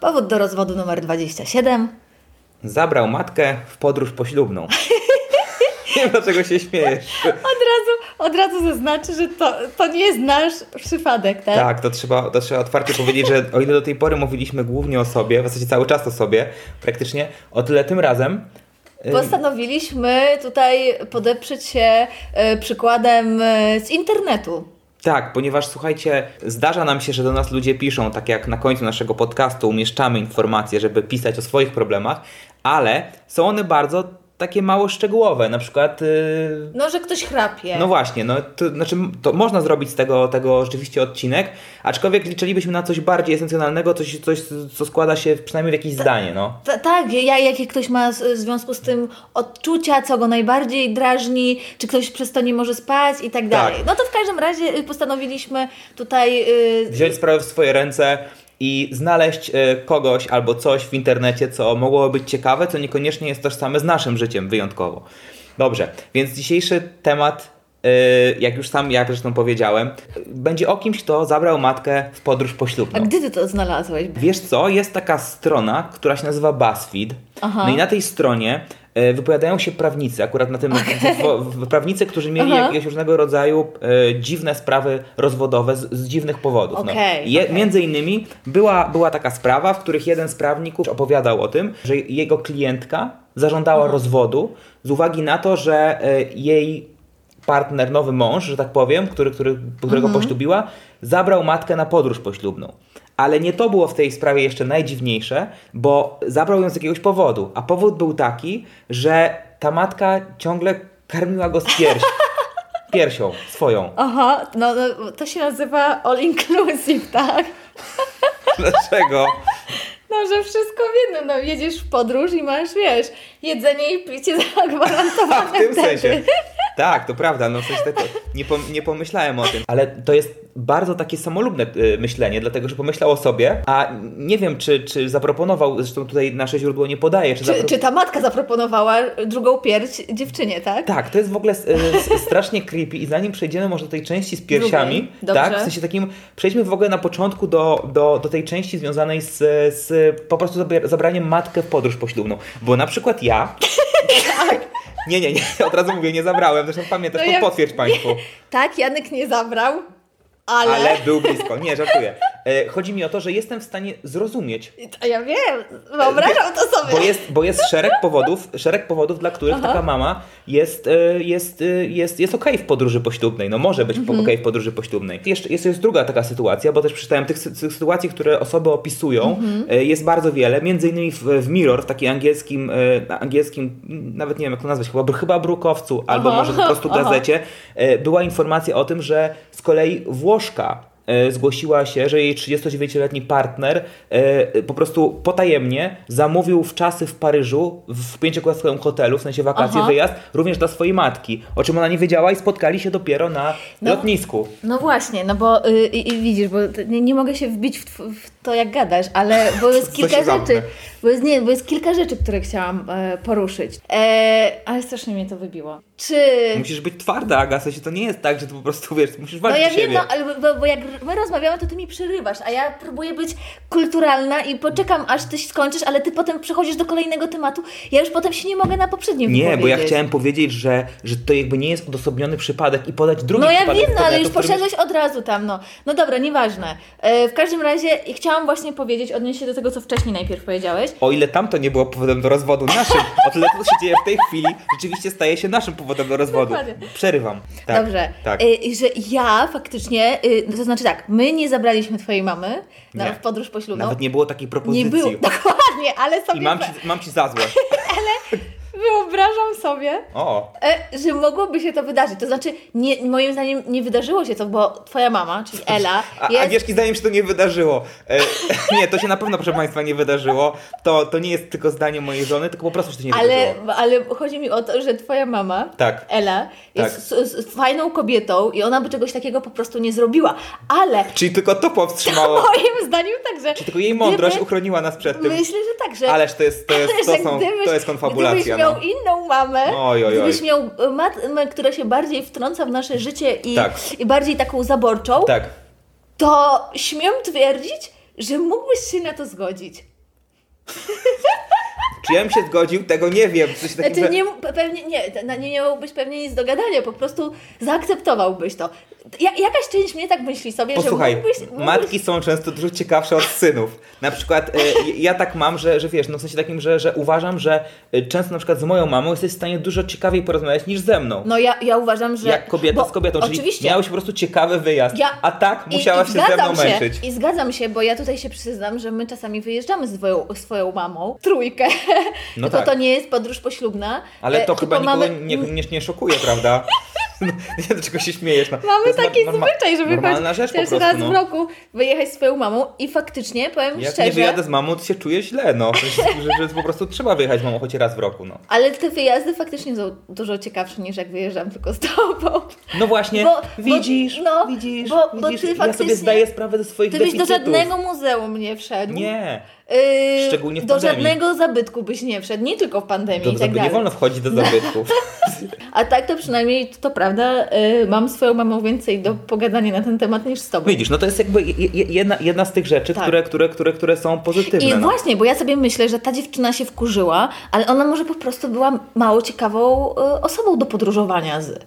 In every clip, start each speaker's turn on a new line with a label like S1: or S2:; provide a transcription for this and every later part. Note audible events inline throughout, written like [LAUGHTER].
S1: Powód do rozwodu numer 27.
S2: Zabrał matkę w podróż poślubną. Nie wiem, dlaczego się śmiejesz.
S1: Od razu, od razu zaznaczę, że to, to nie jest nasz przypadek, tak?
S2: Tak, to trzeba, to trzeba otwarcie powiedzieć, że o ile do tej pory mówiliśmy głównie o sobie, w zasadzie cały czas o sobie, praktycznie, o tyle tym razem. y,
S1: Postanowiliśmy tutaj podeprzeć się e, przykładem e, z internetu.
S2: Tak, ponieważ słuchajcie, zdarza nam się, że do nas ludzie piszą, tak jak na końcu naszego podcastu umieszczamy informacje, żeby pisać o swoich problemach, ale są one bardzo takie mało szczegółowe, na przykład... y,
S1: No, że ktoś chrapie.
S2: No właśnie, no to, znaczy, to można zrobić z tego, tego rzeczywiście odcinek, aczkolwiek liczylibyśmy na coś bardziej esencjonalnego, coś, coś co składa się przynajmniej w jakieś zdanie, no.
S1: Ta, tak, ja, jakie ktoś ma z- w związku z tym odczucia, co go najbardziej drażni, czy ktoś przez to nie może spać i tak dalej. No to w każdym razie y, postanowiliśmy tutaj. y,
S2: wziąć sprawę w swoje ręce i znaleźć e, kogoś albo coś w internecie, co mogło być ciekawe, co niekoniecznie jest tożsame z naszym życiem wyjątkowo. Dobrze, więc dzisiejszy temat, e, jak już sam ja zresztą powiedziałem, będzie o kimś, kto zabrał matkę w podróż
S1: A
S2: poślubną.
S1: gdy ty to znalazłeś?
S2: Wiesz co, jest taka strona, która się nazywa BuzzFeed.
S1: Aha.
S2: No i na tej stronie e, wypowiadają się prawnicy, akurat na tym w, w, prawnicy, którzy mieli
S1: Aha.
S2: jakiegoś różnego rodzaju e, dziwne sprawy rozwodowe z, z dziwnych powodów.
S1: Okej, okej.
S2: No. Między innymi była, była taka sprawa, w których jeden z prawników opowiadał o tym, że jego klientka zażądała
S1: Mhm.
S2: rozwodu z uwagi na to, że e, jej partner, nowy mąż, że tak powiem, który, który, którego
S1: Mhm.
S2: poślubiła, zabrał matkę na podróż poślubną. Ale nie to było w tej sprawie jeszcze najdziwniejsze, bo zabrał ją z jakiegoś powodu. A powód był taki, że ta matka ciągle karmiła go z piersi.
S1: [LAUGHS]
S2: Piersią swoją.
S1: Aha, no, no to się nazywa all inclusive, tak?
S2: Dlaczego?
S1: No, że wszystko w jednym. No, jedziesz w podróż i masz, wiesz, jedzenie i picie [LAUGHS]
S2: A,
S1: zagwarantowane.
S2: [LAUGHS] w tym
S1: wtedy.
S2: sensie. Tak, to prawda, no w sensie tego, nie, pom- nie pomyślałem o tym, ale to jest bardzo takie samolubne y, myślenie, dlatego że pomyślał o sobie, a nie wiem, czy, czy zaproponował, zresztą tutaj nasze źródło nie podaje, czy,
S1: Czy,
S2: zapro-
S1: czy ta matka zaproponowała drugą pierś dziewczynie, tak?
S2: Tak, to jest w ogóle s- y, s- strasznie creepy i zanim przejdziemy może do tej części z piersiami,
S1: Drugiej. Dobrze.
S2: tak, w sensie takim, przejdźmy w ogóle na początku do, do, do tej części związanej z, z po prostu zabier- zabraniem matkę w podróż poślubną, bo na
S1: [LAUGHS]
S2: przykład ja... Nie, nie, nie, od razu mówię, nie zabrałem, zresztą pamiętasz,
S1: Tak. No
S2: to
S1: ja-
S2: potwierdź Państwu.
S1: Tak, Janek nie zabrał, ale...
S2: Ale był blisko. Nie, żartuję. E, chodzi mi o to, że jestem w stanie zrozumieć,
S1: A ja wiem, wyobrażam to sobie.
S2: bo jest, bo jest szereg powodów, szereg powodów, dla których
S1: Aha.
S2: taka mama jest, e, jest, e, jest, jest okej w podróży poślubnej. No może być
S1: Mhm.
S2: okej w podróży poślubnej. Jeszcze, jest, jest druga taka sytuacja, bo też przeczytałem tych, sy- tych sytuacji, które osoby opisują,
S1: Mhm.
S2: e, jest bardzo wiele. Między innymi w, w Mirror, w takim angielskim, e, na angielskim, m, nawet nie wiem jak to nazwać, chyba, chyba brukowcu, albo
S1: Aha.
S2: może
S1: [LAUGHS]
S2: po prostu
S1: Aha.
S2: gazecie, internecie e, była informacja o tym, że z kolei Włoszka e, zgłosiła się, że jej 39-letni partner e, po prostu potajemnie zamówił w czasy w Paryżu w pięciokładkowym hotelu, w sensie wakacje,
S1: Aha.
S2: wyjazd, również dla swojej matki, o czym ona nie wiedziała i spotkali się dopiero na
S1: No.
S2: lotnisku.
S1: No właśnie, no bo y, i- i widzisz, bo t- nie, nie mogę się wbić w, tw- w to, jak gadasz,
S2: [LAUGHS]
S1: ale bo jest
S2: To
S1: kilka
S2: się zamknę.
S1: rzeczy, bo jest, nie, bo jest kilka rzeczy, które chciałam e, poruszyć, e, ale strasznie mnie to wybiło. Czy...
S2: Musisz być twarda, Aga, w sensie to nie jest tak, że ty po prostu, wiesz, musisz
S1: No
S2: walczyć
S1: ja
S2: o
S1: wiem,
S2: siebie.
S1: no, ale bo, bo jak my rozmawiamy, to ty mi przerywasz, a ja próbuję być kulturalna i poczekam, aż ty skończysz, ale ty potem przechodzisz do kolejnego tematu, ja już potem się nie mogę na poprzednim
S2: Nie, bo ja
S1: wypowiedzieć.
S2: chciałem powiedzieć, że, że to jakby nie jest odosobniony przypadek i podać drugi
S1: No ja
S2: przypadek.
S1: wiem, no ale
S2: internetu,
S1: już
S2: w którym-
S1: poszedłeś od razu tam, no. No dobra, nieważne. E, w każdym razie chciałam właśnie powiedzieć, odnieść się do tego, co wcześniej najpierw powiedziałeś.
S2: O ile tamto nie było powodem do rozwodu naszym, o tyle to, co się dzieje w tej chwili, rzeczywiście staje się naszym powodem do rozwodu.
S1: Dokładnie.
S2: Przerywam. Tak,
S1: Dobrze.
S2: Tak.
S1: E, że ja faktycznie, e, no to znaczy tak, my nie zabraliśmy twojej mamy na,
S2: Nie.
S1: w podróż poślubną. [LAUGHS]
S2: Nawet nie było takiej propozycji.
S1: było, dokładnie, ale sobie
S2: I mam ci, mam ci za złe.
S1: wyobrażam sobie,
S2: O,
S1: e, że mogłoby się to wydarzyć. To znaczy, nie, moim zdaniem nie wydarzyło się to, bo twoja mama, czyli Ela,
S2: a
S1: jest...
S2: Agnieszki zdaniem się to nie wydarzyło. E, [LAUGHS] nie, to się na pewno, proszę Państwa, nie wydarzyło. To, to nie jest tylko zdanie mojej żony, tylko po prostu się to nie
S1: Ale,
S2: wydarzyło.
S1: ale chodzi mi o to, że twoja mama,
S2: Tak.
S1: Ela, jest
S2: Tak.
S1: s- s- fajną kobietą i ona by czegoś takiego po prostu nie zrobiła. Ale
S2: Czyli tylko to powstrzymało.
S1: [LAUGHS] moim zdaniem także.
S2: Tylko jej mądrość
S1: gdyby-
S2: uchroniła nas przed tym.
S1: Myślę, że tak, że.
S2: Ależ to jest, to jest, to
S1: że
S2: są,
S1: gdybyś-
S2: to jest konfabulacja.
S1: Gdybyś miał
S2: No.
S1: inną mamę,
S2: Oj, oj, oj.
S1: gdybyś miał e, matmę, która się bardziej wtrąca w nasze życie i,
S2: Tak.
S1: i bardziej taką zaborczą,
S2: Tak.
S1: to śmiem twierdzić, że mógłbyś się na to zgodzić.
S2: Czy ja bym się zgodził, tego nie wiem. Coś takim,
S1: Znaczy
S2: że...
S1: nie, pe- pewnie, nie, na- nie miałbyś pewnie nic do gadania, po prostu zaakceptowałbyś to. Ja, jakaś część mnie tak myśli sobie,
S2: Posłuchaj,
S1: że mógłbyś... mógłbyś
S2: matki są często dużo ciekawsze od synów. Na przykład e, ja tak mam, że, że wiesz, no w sensie takim, że, że uważam, że e, często na przykład z moją mamą jesteś w stanie dużo ciekawiej porozmawiać niż ze mną.
S1: No ja, ja uważam, że...
S2: jak kobieta
S1: bo
S2: z kobietą, czyli
S1: oczywiście.
S2: miałeś po prostu ciekawy wyjazd,
S1: Ja-
S2: a tak
S1: I-
S2: musiałaś
S1: i
S2: się ze mną
S1: zgadzam się,
S2: męczyć.
S1: I zgadzam się, bo ja tutaj się przyznam, że my czasami wyjeżdżamy z swoją, swoją mamą, trójkę, [LAUGHS]
S2: No
S1: tylko
S2: tak.
S1: to nie jest podróż poślubna.
S2: Ale
S1: E,
S2: to chyba
S1: tylko
S2: nikogo
S1: mamy-
S2: nie, nie, nie szokuje, prawda? [LAUGHS] Nie wiem, czego się śmiejesz. No, to
S1: Mamy
S2: jest
S1: taki
S2: norma-
S1: zwyczaj, żeby
S2: normalna
S1: choć
S2: rzecz po
S1: też
S2: prostu,
S1: raz
S2: no.
S1: w roku wyjechać z swoją mamą i faktycznie, powiem
S2: Jak nie
S1: szczerze,
S2: wyjadę z mamą, to się czuję źle, no. Że, że, że po prostu trzeba wyjechać z mamą choć raz w roku, no.
S1: ale te wyjazdy faktycznie są dużo ciekawsze niż jak wyjeżdżam tylko z
S2: [LAUGHS]
S1: tobą.
S2: No właśnie,
S1: Bo- bo-
S2: widzisz,
S1: no,
S2: widzisz,
S1: bo- bo
S2: widzisz,
S1: ty
S2: ja sobie
S1: faktycznie-
S2: zdaję sprawę ze swoich
S1: Ty byś do
S2: deficytów.
S1: żadnego muzeum nie wszedł.
S2: Nie,
S1: Yy,
S2: Szczególnie w
S1: Do
S2: pandemii.
S1: żadnego zabytku byś nie wszedł, nie tylko w pandemii
S2: do,
S1: i
S2: do,
S1: tak dalej.
S2: nie wolno wchodzić do
S1: [LAUGHS]
S2: zabytków.
S1: A tak to przynajmniej, to, to prawda, y, mam swoją mamą więcej do pogadania na ten temat niż z tobą.
S2: Widzisz, no to jest jakby je- je- jedna, jedna z tych rzeczy,
S1: Tak.
S2: które, które, które, które są pozytywne.
S1: I
S2: no.
S1: właśnie, bo ja sobie myślę, że ta dziewczyna się wkurzyła, ale ona może po prostu była mało ciekawą y, osobą do podróżowania z.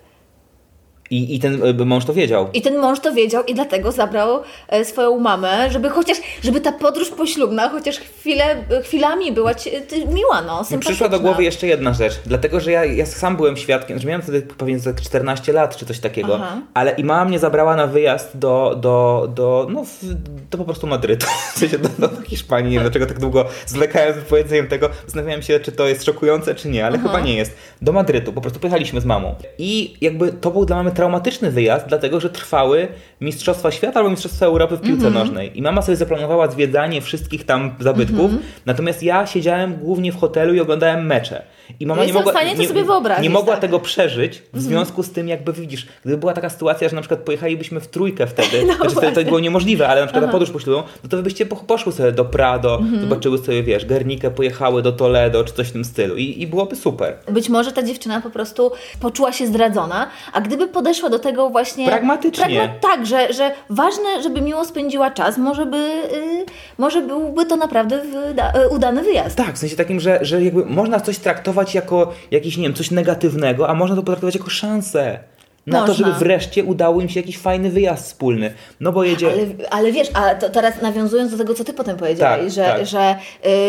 S2: I, I ten y, mąż to wiedział.
S1: I ten mąż to wiedział i dlatego zabrał e, swoją mamę, żeby chociaż, żeby ta podróż poślubna chociaż chwilę, yy, chwilami była ci, ty, miła, no,
S2: Mi
S1: sympatyczna.
S2: przyszła do głowy jeszcze jedna rzecz, dlatego że ja, ja sam byłem świadkiem, że miałem wtedy pewnie ze 14 lat czy coś takiego,
S1: Aha.
S2: ale i mama mnie zabrała na wyjazd do, do, do no w, do po prostu Madrytu, [LAUGHS] w sensie do, do Hiszpanii, nie wiem dlaczego tak długo zwlekałem z wypowiedzeniem tego, zastanawiałem się czy to jest szokujące czy nie, ale chyba nie jest. Do Madrytu, po prostu pojechaliśmy z mamą i jakby to był dla mamy traumatyczny wyjazd, dlatego że trwały Mistrzostwa Świata albo Mistrzostwa Europy w piłce
S1: Mhm.
S2: nożnej i mama sobie zaplanowała zwiedzanie wszystkich tam zabytków,
S1: Mhm.
S2: natomiast ja siedziałem głównie w hotelu i oglądałem mecze. I mama nie
S1: Jestem w
S2: mogła,
S1: stanie to
S2: nie,
S1: sobie wyobrazić,
S2: nie mogła
S1: tak.
S2: tego przeżyć, w związku z tym jakby widzisz, gdyby była taka sytuacja, że na przykład pojechalibyśmy w
S1: [LAUGHS]
S2: trójkę wtedy,
S1: No
S2: znaczy wtedy to
S1: właśnie.
S2: było niemożliwe, ale na przykład na podróż poślubną, no to wy byście po- poszły sobie do Prado,
S1: Mhm.
S2: zobaczyły sobie, wiesz, Gernikę, pojechały do Toledo, czy coś w tym stylu i, i byłoby super.
S1: Być może ta dziewczyna po prostu poczuła się zdradzona, a gdyby podeszła do tego właśnie...
S2: Pragmatycznie.
S1: tak, że, że ważne, żeby miło spędziła czas, może, by, y, może byłby to naprawdę wyda, y, udany wyjazd.
S2: Tak, w sensie takim, że, że jakby można coś traktować jako jakieś, nie wiem, coś negatywnego, a można to potraktować jako szansę. Na to,
S1: Można.
S2: żeby wreszcie udało im się jakiś fajny wyjazd wspólny. No bo jedzie.
S1: Ale, ale wiesz, a to teraz nawiązując do tego, co ty potem powiedziałeś,
S2: Tak,
S1: że,
S2: tak.
S1: że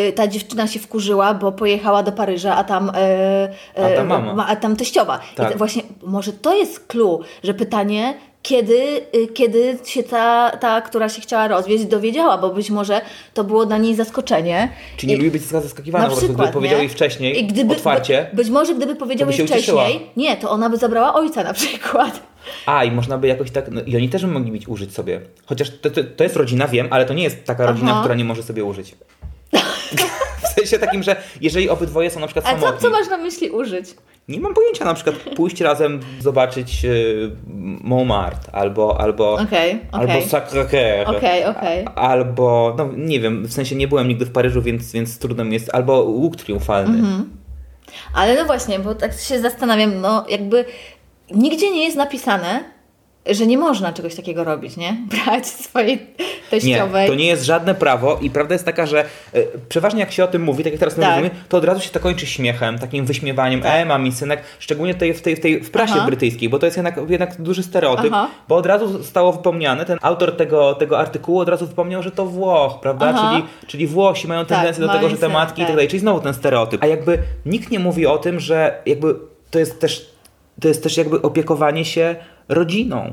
S1: y, ta dziewczyna się wkurzyła, bo pojechała do Paryża, a tam, y,
S2: A
S1: y,
S2: tam mama.
S1: ma- a tam teściowa.
S2: Tak.
S1: I to właśnie może to jest clue, że pytanie, kiedy, y, kiedy się ta, ta, która się chciała rozwieść, dowiedziała, bo być może to było dla niej zaskoczenie.
S2: Czy nie
S1: I-
S2: lubi być zaskakiwana, po prostu, gdyby
S1: nie?
S2: powiedział jej wcześniej,
S1: I gdyby,
S2: otwarcie.
S1: By, być może gdyby powiedział
S2: by się
S1: jej wcześniej,
S2: ucieszyła.
S1: nie, to ona by zabrała ojca na przykład.
S2: A, i można by jakoś tak. No, I oni też by mogli być użyć sobie. Chociaż to, to, to jest rodzina, wiem, ale to nie jest taka rodzina,
S1: Aha.
S2: która nie może sobie użyć. w sensie takim, że jeżeli obydwoje są na przykład
S1: A co,
S2: samotni.
S1: co masz na myśli użyć?
S2: Nie mam pojęcia, na przykład pójść razem zobaczyć y, Montmartre albo. albo
S1: Okej, okej.
S2: Albo Sacré-Cœur.
S1: Okej, okej.
S2: A- Albo, no nie wiem, w sensie nie byłem nigdy w Paryżu, więc, więc trudno mi jest. Albo łuk triumfalny.
S1: Mhm. Ale no właśnie, bo tak się zastanawiam, no jakby nigdzie nie jest napisane, że nie można czegoś takiego robić, nie? [LAUGHS] Brać swojej
S2: Nie,
S1: teściowej.
S2: to nie jest żadne prawo i prawda jest taka, że e, przeważnie jak się o tym mówi, tak jak teraz my
S1: Tak.
S2: mówimy, to od razu się to kończy śmiechem, takim wyśmiewaniem, e, mam synek, szczególnie tutaj w tej, w tej w prasie
S1: Aha.
S2: brytyjskiej, bo to jest jednak, jednak duży stereotyp,
S1: Aha.
S2: bo od razu zostało wypomniane, ten autor tego, tego artykułu od razu wypomniał, że to Włoch, prawda,
S1: Aha. Tak,
S2: czyli, czyli Włosi mają tendencję do
S1: mają
S2: tego, że te
S1: synek,
S2: matki i tak
S1: tak.
S2: dalej, czyli znowu ten stereotyp, a jakby nikt nie mówi o tym, że jakby to jest też, to jest też jakby opiekowanie się rodziną.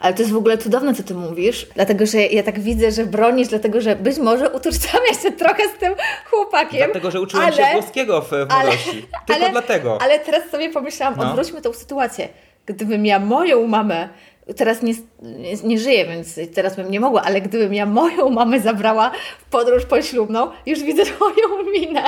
S1: Ale to jest w ogóle cudowne, co ty mówisz, dlatego że ja tak widzę, że bronisz, dlatego że być może utożsamiasz się trochę z tym chłopakiem.
S2: Dlatego, że uczyłem
S1: ale,
S2: się włoskiego w, w
S1: ale- [LAUGHS]
S2: młodości. Tylko dlatego.
S1: Ale teraz sobie pomyślałam,
S2: No.
S1: odwróćmy tą sytuację. Gdybym ja moją mamę, teraz nie, nie, nie żyję, więc teraz bym nie mogła, ale gdybym ja moją mamę zabrała w podróż poślubną, już widzę [LAUGHS] moją minę.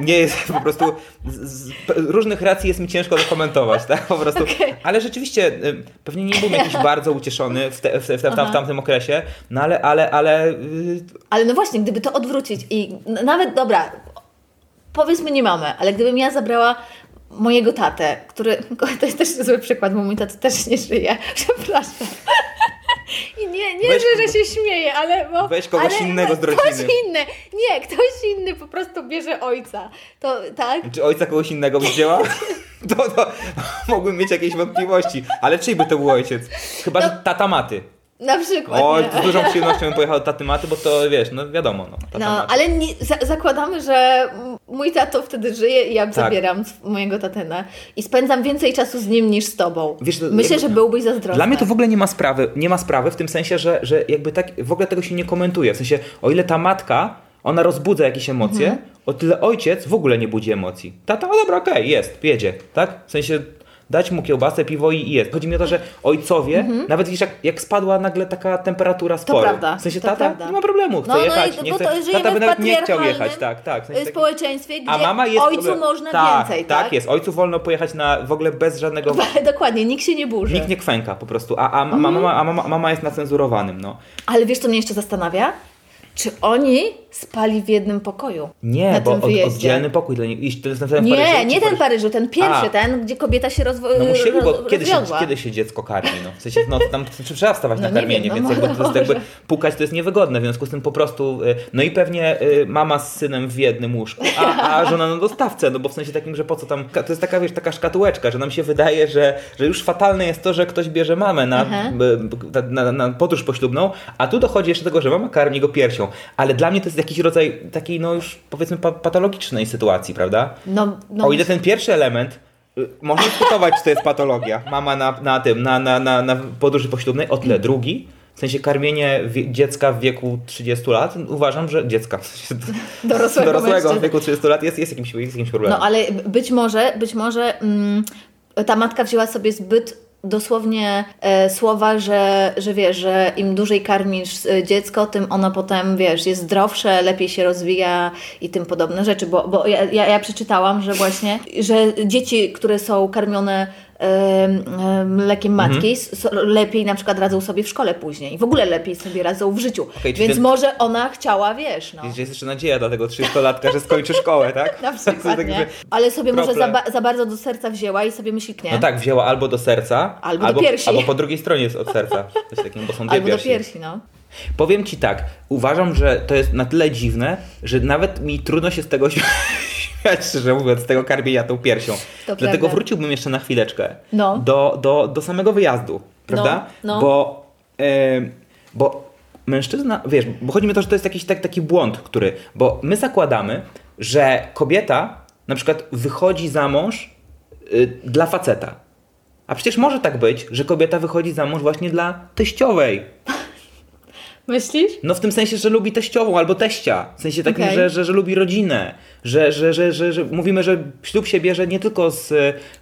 S2: Nie jest [LAUGHS] po prostu. Z, z p- różnych racji jest mi ciężko to komentować, tak? Po prostu.
S1: [LAUGHS] Okej.
S2: Ale rzeczywiście y, pewnie nie byłem jakiś bardzo ucieszony w, te, w, te, w, tam, w tamtym okresie, no ale, ale, ale y,
S1: Ale no właśnie, gdyby to odwrócić i n- nawet, dobra, powiedzmy nie mamy, ale gdybym ja zabrała mojego tatę, który, [LAUGHS] to jest też zły przykład, bo mój tata też nie żyje, [LAUGHS] przepraszam. I nie, nie
S2: Weź
S1: że, że się śmieję, ale... Bo,
S2: Weź kogoś
S1: ale
S2: innego z
S1: Ktoś
S2: rodziny.
S1: inny, nie, ktoś inny po prostu bierze ojca. To tak?
S2: Czy ojca kogoś innego wzięła?
S1: [LAUGHS]
S2: To, to mogłem mieć jakieś wątpliwości. Ale czyj by to był ojciec? Chyba, że tata maty.
S1: Na przykład.
S2: O,
S1: No- nie.
S2: z dużą przyjemnością bym pojechał do taty maty, bo to wiesz, no wiadomo, no. Tata
S1: No,
S2: maty.
S1: ale nie, za, zakładamy, że m- mój tato wtedy żyje i ja
S2: Tak.
S1: zabieram z- mojego tatena i spędzam więcej czasu z nim niż z tobą.
S2: Wiesz, to
S1: Myślę,
S2: jakby-
S1: że byłbyś zazdrosny.
S2: Dla mnie to w ogóle nie ma sprawy, nie ma sprawy w tym sensie, że, że jakby tak w ogóle tego się nie komentuje. W sensie, o ile ta matka, ona rozbudza jakieś emocje,
S1: Mhm.
S2: o tyle ojciec w ogóle nie budzi emocji. Tata, o dobra, okej, jest, jedzie, tak? W sensie dać mu kiełbasę, piwo i jest. Chodzi mi o to, że ojcowie, nawet widzisz, jak, jak spadła nagle taka temperatura sporu.
S1: prawda,
S2: W sensie
S1: Mhm. to
S2: tata,
S1: prawda.
S2: nie ma problemu, chce
S1: No, no i
S2: jechać,
S1: to-
S2: nie
S1: bo
S2: chce,
S1: to żyjemy
S2: tata by
S1: w
S2: nawet nie chciał
S1: patriarchalnym,
S2: jechać, tak, tak. W sensie
S1: y,
S2: tak-
S1: społeczeństwie, gdzie
S2: a mama jest...
S1: ojcu można
S2: tak,
S1: więcej, tak? No
S2: tak? jest. Ojcu wolno pojechać na, w ogóle bez żadnego
S1: [LAUGHS] Dokładnie, nikt się nie burzy.
S2: Nikt nie kwęka po prostu, a, a, ma-
S1: Mhm.
S2: mama, a mama, mama jest na cenzurowanym, no.
S1: Ale wiesz, co mnie jeszcze zastanawia? Czy oni spali w jednym pokoju?
S2: Nie,
S1: na
S2: bo
S1: tym
S2: od,
S1: wyjeździe?
S2: oddzielny pokój dla nich. Iść, to jest na przykład w
S1: Nie,
S2: Paryżu,
S1: nie
S2: czy
S1: ten
S2: Paryż-
S1: Paryżu, ten pierwszy,
S2: A.
S1: ten, gdzie kobieta się rozwo-
S2: No musieli, bo
S1: roz-
S2: kiedy się,
S1: rozwiązła.
S2: kiedy się dziecko karmi, no. W sensie, no, tam t- trzeba wstawać
S1: No
S2: na
S1: nie wiem,
S2: karmienie,
S1: no
S2: więc jakby, to jest,
S1: może.
S2: jakby pukać to jest niewygodne, w związku z tym po prostu, y, no i pewnie y, mama z synem w jednym łóżku, a, a żona na dostawce, no bo w sensie takim, że po co tam, ka- to jest taka, wiesz, taka szkatułeczka, że nam się wydaje, że, że już fatalne jest to, że ktoś bierze mamę na,
S1: Aha.
S2: b- b- na, na, na podróż poślubną, a tu dochodzi jeszcze do tego, że mama karmi go piersią, ale dla mnie to jest jakiś rodzaj takiej, no już powiedzmy pa- patologicznej sytuacji, prawda?
S1: No, no,
S2: O ile ten pierwszy element, y, można dyskutować, czy to jest patologia. Mama na, na tym, na, na, na, na podróży poślubnej, o tyle drugi. W sensie karmienie wie, dziecka w wieku 30 lat, uważam, że dziecka w sensie [LAUGHS]
S1: Dorosłego
S2: dorosłego w
S1: mężczyzny.
S2: wieku 30 lat jest, jest, jakimś, jest jakimś problemem.
S1: No ale b- być może, być może mm, ta matka wzięła sobie zbyt dosłownie e, słowa, że, że wiesz, że im dłużej karmisz e, dziecko, tym ono potem, wiesz, jest zdrowsze, lepiej się rozwija i tym podobne rzeczy, bo, bo ja, ja, ja przeczytałam, że właśnie, że dzieci, które są karmione e, e, mlekiem matki, s- s- lepiej na przykład radzą sobie w szkole później. W ogóle lepiej sobie radzą w życiu.
S2: czyli
S1: Więc
S2: ten-
S1: może ona chciała, wiesz, no.
S2: Jest, jest jeszcze nadzieja dla tego 30-latka, że skończy szkołę, [LAUGHS] tak?
S1: [LAUGHS] Na
S2: W sensie
S1: przykład,
S2: tak,
S1: nie?
S2: że-
S1: Ale sobie może za,
S2: Krople.
S1: ba- za bardzo do serca wzięła i sobie myśli pnie.
S2: No tak, wzięła albo do serca,
S1: Albo do
S2: albo,
S1: piersi.
S2: albo po drugiej stronie jest od serca. Coś takiego, bo są dwie
S1: Albo do
S2: piersi.
S1: piersi, no.
S2: Powiem ci tak, uważam, że to jest na tyle dziwne, że nawet mi trudno się z tego [LAUGHS] śmiać, szczerze mówiąc, z tego karmienia tą piersią. Dlatego
S1: prawda.
S2: wróciłbym jeszcze na chwileczkę
S1: No.
S2: do, do, do samego wyjazdu, prawda?
S1: No, no.
S2: Bo, em, bo mężczyzna, wiesz, bo chodzi mi o to, że to jest jakiś tak, taki błąd, który, bo my zakładamy, że kobieta na przykład wychodzi za mąż y, dla faceta. A przecież może tak być, że kobieta wychodzi za mąż właśnie dla teściowej,
S1: Myślisz?
S2: no w tym sensie, że lubi teściową albo teścia. W sensie takim,
S1: Okej.
S2: że, że, że lubi rodzinę. Że, że, że, że, że mówimy, że ślub się bierze nie tylko z,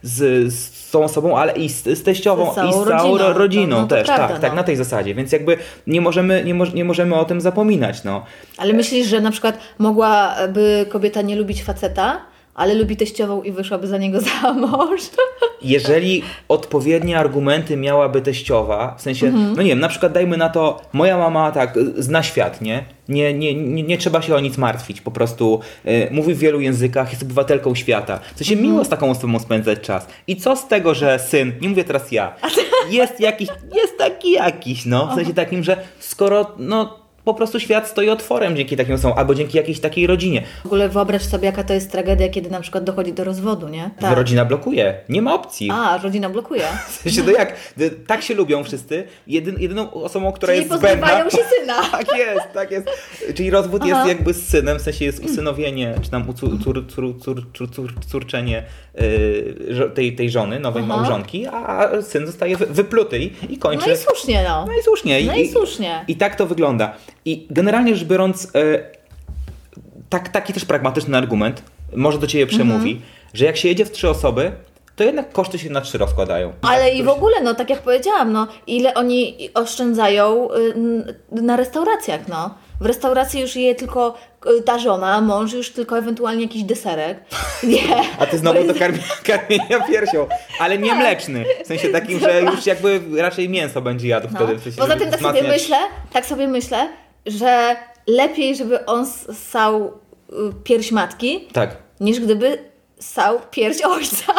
S2: z, z tą osobą, ale i z, z teściową,
S1: Z całą
S2: i z całą
S1: rodziną.
S2: rodziną, rodziną
S1: No, no to
S2: też.
S1: prawda,
S2: tak,
S1: no.
S2: tak, na tej zasadzie. Więc jakby nie możemy, nie, moż, nie możemy o tym zapominać. No.
S1: Ale myślisz, że na przykład mogłaby kobieta nie lubić faceta, ale lubi teściową i wyszłaby za niego za mąż? [LAUGHS]
S2: jeżeli odpowiednie argumenty miałaby teściowa, w sensie, no nie wiem, na przykład dajmy na to, moja mama tak zna świat, nie? Nie, nie, nie, nie trzeba się o nic martwić, po prostu e, mówi w wielu językach, jest obywatelką świata. W sensie miło z taką osobą spędzać czas. I co z tego, że syn, nie mówię teraz ja, jest jakiś, jest taki jakiś, no, w sensie takim, że skoro, no, po prostu świat stoi otworem dzięki takim osobom, albo dzięki jakiejś takiej rodzinie.
S1: W ogóle wyobraź sobie, jaka to jest tragedia, kiedy na przykład dochodzi do rozwodu, nie? Tak.
S2: Rodzina blokuje, nie ma opcji.
S1: A, rodzina blokuje.
S2: W [LAUGHS] sensie, no jak, no, tak się lubią wszyscy, Jedyn, jedyną osobą, która
S1: Czyli
S2: jest zbędna...
S1: pozbywają się syna.
S2: [LAUGHS] Tak jest, tak jest. Czyli rozwód
S1: Aha.
S2: jest jakby z synem, w sensie jest usynowienie, czy tam ucu, cór, cór, cór, cór, cór, córczenie yy, żo- tej, tej żony, nowej
S1: Aha.
S2: małżonki, a syn zostaje wy- wypluty i, i kończy.
S1: No i słusznie, no.
S2: No i słusznie.
S1: No i słusznie.
S2: I, tak to wygląda. I generalnie rzecz biorąc, e, tak, taki też pragmatyczny argument może do ciebie
S1: Mhm.
S2: przemówi, że jak się jedzie w trzy osoby, to jednak koszty się na trzy rozkładają.
S1: Ale
S2: Tak,
S1: i w
S2: któryś-
S1: ogóle, no tak jak powiedziałam, no ile oni oszczędzają y, n- na restauracjach, no. W restauracji już je tylko y, ta żona, mąż już tylko ewentualnie jakiś
S2: [LAUGHS]
S1: deserek. Nie.
S2: A ty
S1: bo
S2: znowu
S1: [LAUGHS]
S2: do
S1: jest-
S2: karmi- [LAUGHS] karmienia piersią, ale
S1: Tak.
S2: nie mleczny. W sensie
S1: [LAUGHS]
S2: takim, że już jakby raczej mięso będzie jadł
S1: No.
S2: wtedy. W sensie,
S1: Poza
S2: żeby
S1: tym tak sobie
S2: wzmacniać-
S1: myślę, tak sobie myślę, że lepiej, żeby on ssał y, pierś matki,
S2: Tak. [LAUGHS]
S1: niż gdyby ssał pierś ojca.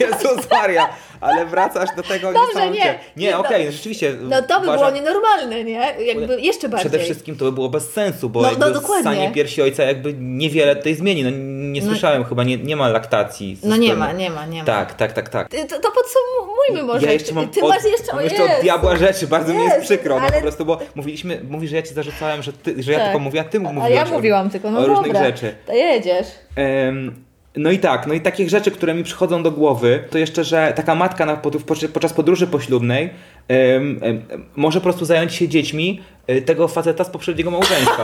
S2: Jezus Maria, ale wracasz do tego
S1: Dobrze,
S2: niesamowicie.
S1: nie. Nie,
S2: Nie,
S1: no.
S2: okej, rzeczywiście.
S1: No to by
S2: uważam-
S1: było nienormalne, nie? Jakby jeszcze bardziej.
S2: Przede wszystkim to by było bez sensu, bo
S1: No,
S2: jakby
S1: no, dokładnie.
S2: ssanie piersi ojca jakby niewiele tutaj zmieni. No, nie
S1: No.
S2: słyszałem chyba, nie, nie ma laktacji. z
S1: No nie
S2: strony-
S1: ma, nie ma, nie ma.
S2: Tak, tak, tak, tak.
S1: Ty- To, to podsumujmy może.
S2: Ja jeszcze mam
S1: ty ty
S2: od,
S1: masz jeszcze...
S2: mam
S1: o
S2: jeszcze od
S1: Jezu.
S2: diabła rzeczy, bardzo mi
S1: Jezu,
S2: jest przykro, no
S1: ale-
S2: po prostu, bo mówiliśmy, mówisz, że ja ci zarzucałem, że, ty, że ja
S1: Tak.
S2: tylko mówię, a ty mówiłaś
S1: A ja
S2: o-
S1: mówiłam tylko, no
S2: o różnych
S1: dobra,
S2: rzeczy.
S1: To jedziesz.
S2: Em, no i tak, no i takich rzeczy, które mi przychodzą do głowy, to jeszcze, że taka matka na, pod, podczas- podczas podróży poślubnej em, em, może po prostu zająć się dziećmi e, tego faceta z
S1: [LAUGHS]
S2: poprzedniego małżeństwa.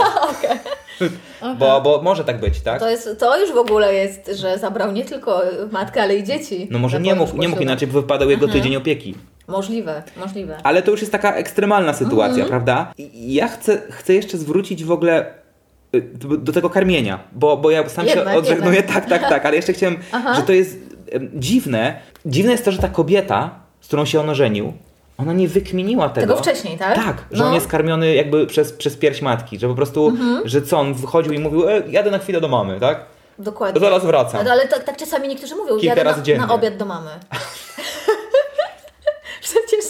S2: bo, bo może tak być, tak?
S1: To, jest, to już w ogóle jest, że zabrał nie tylko matkę, ale i dzieci.
S2: No może
S1: Na
S2: nie
S1: podróż Mhm.
S2: mógł, nie mógł
S1: poślubną.
S2: inaczej, by wypadał jego tydzień opieki.
S1: Możliwe, możliwe.
S2: Ale to już jest taka ekstremalna sytuacja,
S1: Mhm.
S2: prawda? I ja chcę, chcę jeszcze zwrócić w ogóle y, do, do tego karmienia, bo, bo ja sam
S1: Jednak,
S2: się odżegnuję, tak, tak, tak, ale jeszcze chciałem,
S1: Aha.
S2: że to jest em, dziwne. Dziwne jest to, że ta kobieta, z którą się on ożenił, ona nie wykminiła tego.
S1: Tego wcześniej, tak?
S2: Tak, że
S1: No. Mhm.
S2: on jest karmiony jakby przez, przez pierś matki, że po prostu, że co, on wychodził i mówił, e, jadę na chwilę do mamy, tak?
S1: Dokładnie.
S2: Zaraz wracam.
S1: Ale, ale tak, tak czasami niektórzy mówią,
S2: Kilka
S1: jadę
S2: razy
S1: na,
S2: dziennie.
S1: na obiad do mamy. [LAUGHS] Przecież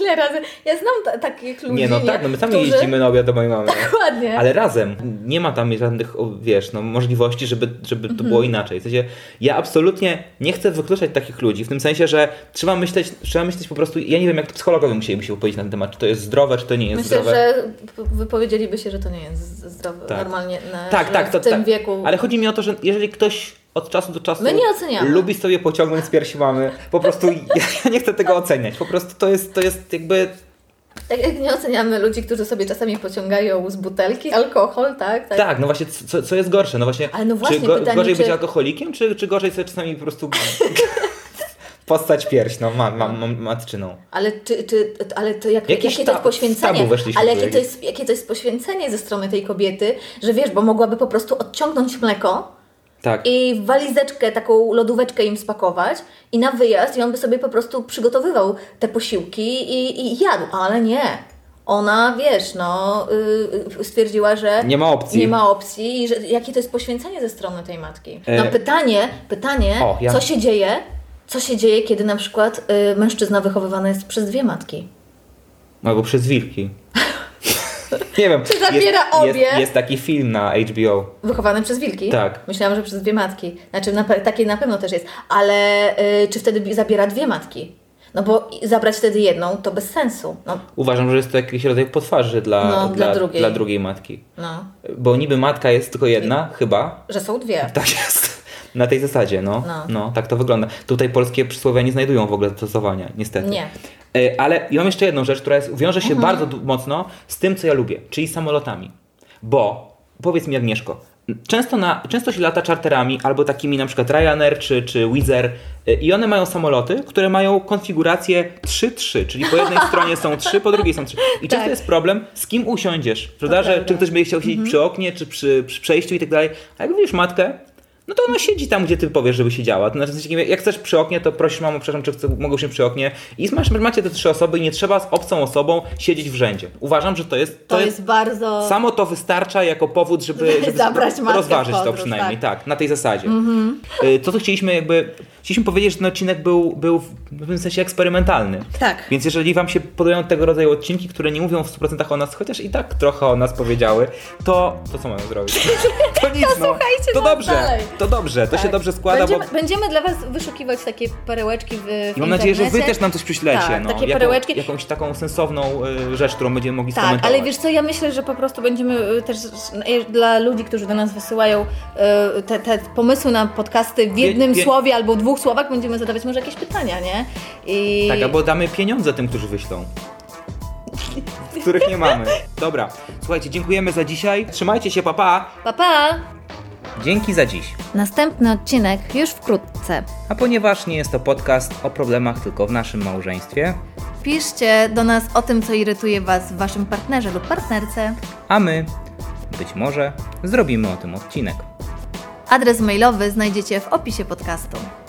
S1: ile razy... Ja znam ta, takich ludzi,
S2: nie, no tak, no my sami
S1: którzy...
S2: jeździmy na obiad do mojej mamy.
S1: [LAUGHS] Dokładnie.
S2: Ale razem nie ma tam żadnych, o, wiesz, no, możliwości, żeby, żeby to
S1: Mhm.
S2: było inaczej. W sensie, ja absolutnie nie chcę wykluczać takich ludzi, w tym sensie, że trzeba myśleć, trzeba myśleć po prostu, ja nie wiem, jak to psychologowie musieliby się wypowiedzieć na ten temat, czy to jest zdrowe, czy to nie jest
S1: Myślę,
S2: zdrowe.
S1: że p- wypowiedzieliby się, że to nie jest z- zdrowe
S2: Tak.
S1: normalnie na,
S2: Tak, tak,
S1: w
S2: to,
S1: tym
S2: tak.
S1: wieku.
S2: Ale chodzi mi o to, że jeżeli ktoś od czasu do czasu
S1: My nie oceniamy.
S2: lubi sobie pociągnąć z piersi mamy, po prostu ja, ja nie chcę tego oceniać. Po prostu to jest, to jest jakby
S1: Tak jak nie oceniamy ludzi, którzy sobie czasami pociągają z butelki alkohol, tak?
S2: Tak, no właśnie, co, co jest gorsze? No właśnie,
S1: Ale no właśnie,
S2: czy go,
S1: pytanie,
S2: gorzej
S1: czy-
S2: być alkoholikiem, czy, czy gorzej sobie czasami po prostu [LAUGHS] postać pierś, no, ma, ma, ma, matczyną.
S1: Ale, czy, czy, ale to jak,
S2: Jakiś
S1: jakie to
S2: tabu-
S1: jest
S2: z
S1: poświęcenie?
S2: tabu weszliśmy
S1: Ale
S2: tu
S1: jakie to,
S2: jakieś.
S1: jest, jakie to jest poświęcenie ze strony tej kobiety, że wiesz, bo mogłaby po prostu odciągnąć mleko
S2: Tak.
S1: i w walizeczkę, taką lodóweczkę im spakować i na wyjazd i on by sobie po prostu przygotowywał te posiłki i, i jadł, ale nie. Ona, wiesz, no, y, y, stwierdziła, że
S2: Nie ma opcji.
S1: nie ma opcji i że, jakie to jest poświęcenie ze strony tej matki. No
S2: E,
S1: pytanie, pytanie,
S2: o, ja-
S1: co się dzieje, co się dzieje, kiedy na przykład y, mężczyzna wychowywany jest przez dwie matki?
S2: Albo przez
S1: [LAUGHS]
S2: wilki. nie wiem.
S1: Czy zabiera obie?
S2: Jest, jest taki film na HBO.
S1: Wychowany przez wilki?
S2: Tak.
S1: Myślałam, że przez dwie matki. Znaczy, na, pe- takie na pewno też jest. Ale y, czy wtedy bi- zabiera dwie matki? No bo i- zabrać wtedy jedną to bez sensu. No,
S2: Uważam, że jest to jakiś rodzaj potwarzy dla,
S1: No, dla drugiej.
S2: dla drugiej matki.
S1: no
S2: Bo niby matka jest tylko jedna, chyba,
S1: że są dwie.
S2: [LAUGHS] Tak jest. Na tej zasadzie, no. no.
S1: No.
S2: tak to wygląda. Tutaj polskie przysłowia nie znajdują w ogóle zastosowania, niestety.
S1: Nie.
S2: E, Ale ja mam jeszcze jedną rzecz, która jest, wiąże się bardzo du- mocno z tym, co ja lubię, czyli samolotami. Bo, powiedz mi Agnieszko, często, na, często się lata czarterami albo takimi na przykład Ryanair czy, czy Wizz Air e, i one mają samoloty, które mają konfigurację 3-3, czyli po jednej stronie są 3, po drugiej są 3. I często
S1: Tak.
S2: jest problem, z kim usiądziesz, prawda, że
S1: prawda. Mhm.
S2: czy ktoś będzie chciał siedzieć przy oknie, czy przy, przy przejściu i tak dalej. A jak widzisz matkę, no to ona siedzi tam, gdzie ty powiesz, żeby siedziała. To znaczy, jak chcesz przy oknie, to prosisz mamę, przepraszam, czy chcę, mogę się przy oknie. I masz, macie te trzy osoby i nie trzeba z obcą osobą siedzieć w rzędzie. Uważam, że to jest...
S1: To, jest bardzo...
S2: Samo to wystarcza jako powód, żeby,
S1: [LAUGHS]
S2: żeby
S1: Zabrać matkę w
S2: rozważyć to
S1: podróż, Mhm.
S2: przynajmniej, tak, na tej zasadzie. Y, To, co chcieliśmy jakby... Chcieliśmy powiedzieć, że ten odcinek był, był w pewnym sensie eksperymentalny.
S3: Tak.
S2: Więc jeżeli Wam się podobają tego rodzaju odcinki, które nie mówią w 100% o nas, chociaż i tak trochę o nas powiedziały, to to co mają zrobić?
S1: [LAUGHS]
S2: To nic, no.
S3: słuchajcie
S2: To
S3: nas
S2: dobrze,
S3: dalej.
S2: to dobrze, to się
S1: tak.
S2: dobrze składa, bo...
S1: będziemy, będziemy dla Was wyszukiwać takie perełeczki w, w
S2: I mam nadzieję, że wy
S1: internecie.
S2: też nam coś przyślecie,
S1: Tak,
S2: no.
S1: takie
S2: jaką-
S1: perełeczki.
S2: Jakąś taką sensowną y, rzecz, którą będziemy mogli
S1: Tak,
S2: skomentować.
S1: ale wiesz co, ja myślę, że po prostu będziemy y, też y, dla ludzi, którzy do nas wysyłają y, te, te pomysły na podcasty w jednym
S2: pie-
S1: słowie albo dwóch słowach, będziemy zadawać może jakieś pytania, nie? I...
S2: Tak, albo damy pieniądze tym, którzy wyślą. [LAUGHS] Których nie mamy. Dobra, słuchajcie, dziękujemy za dzisiaj. Trzymajcie się, papa.
S1: Pa, pa!
S2: Dzięki za dziś.
S1: Następny odcinek już wkrótce.
S2: A ponieważ nie jest to podcast o problemach tylko w naszym małżeństwie,
S1: Piszcie do nas o tym, co irytuje Was w Waszym partnerze lub partnerce.
S2: a my być może zrobimy o tym odcinek.
S1: Adres mailowy znajdziecie w opisie podcastu.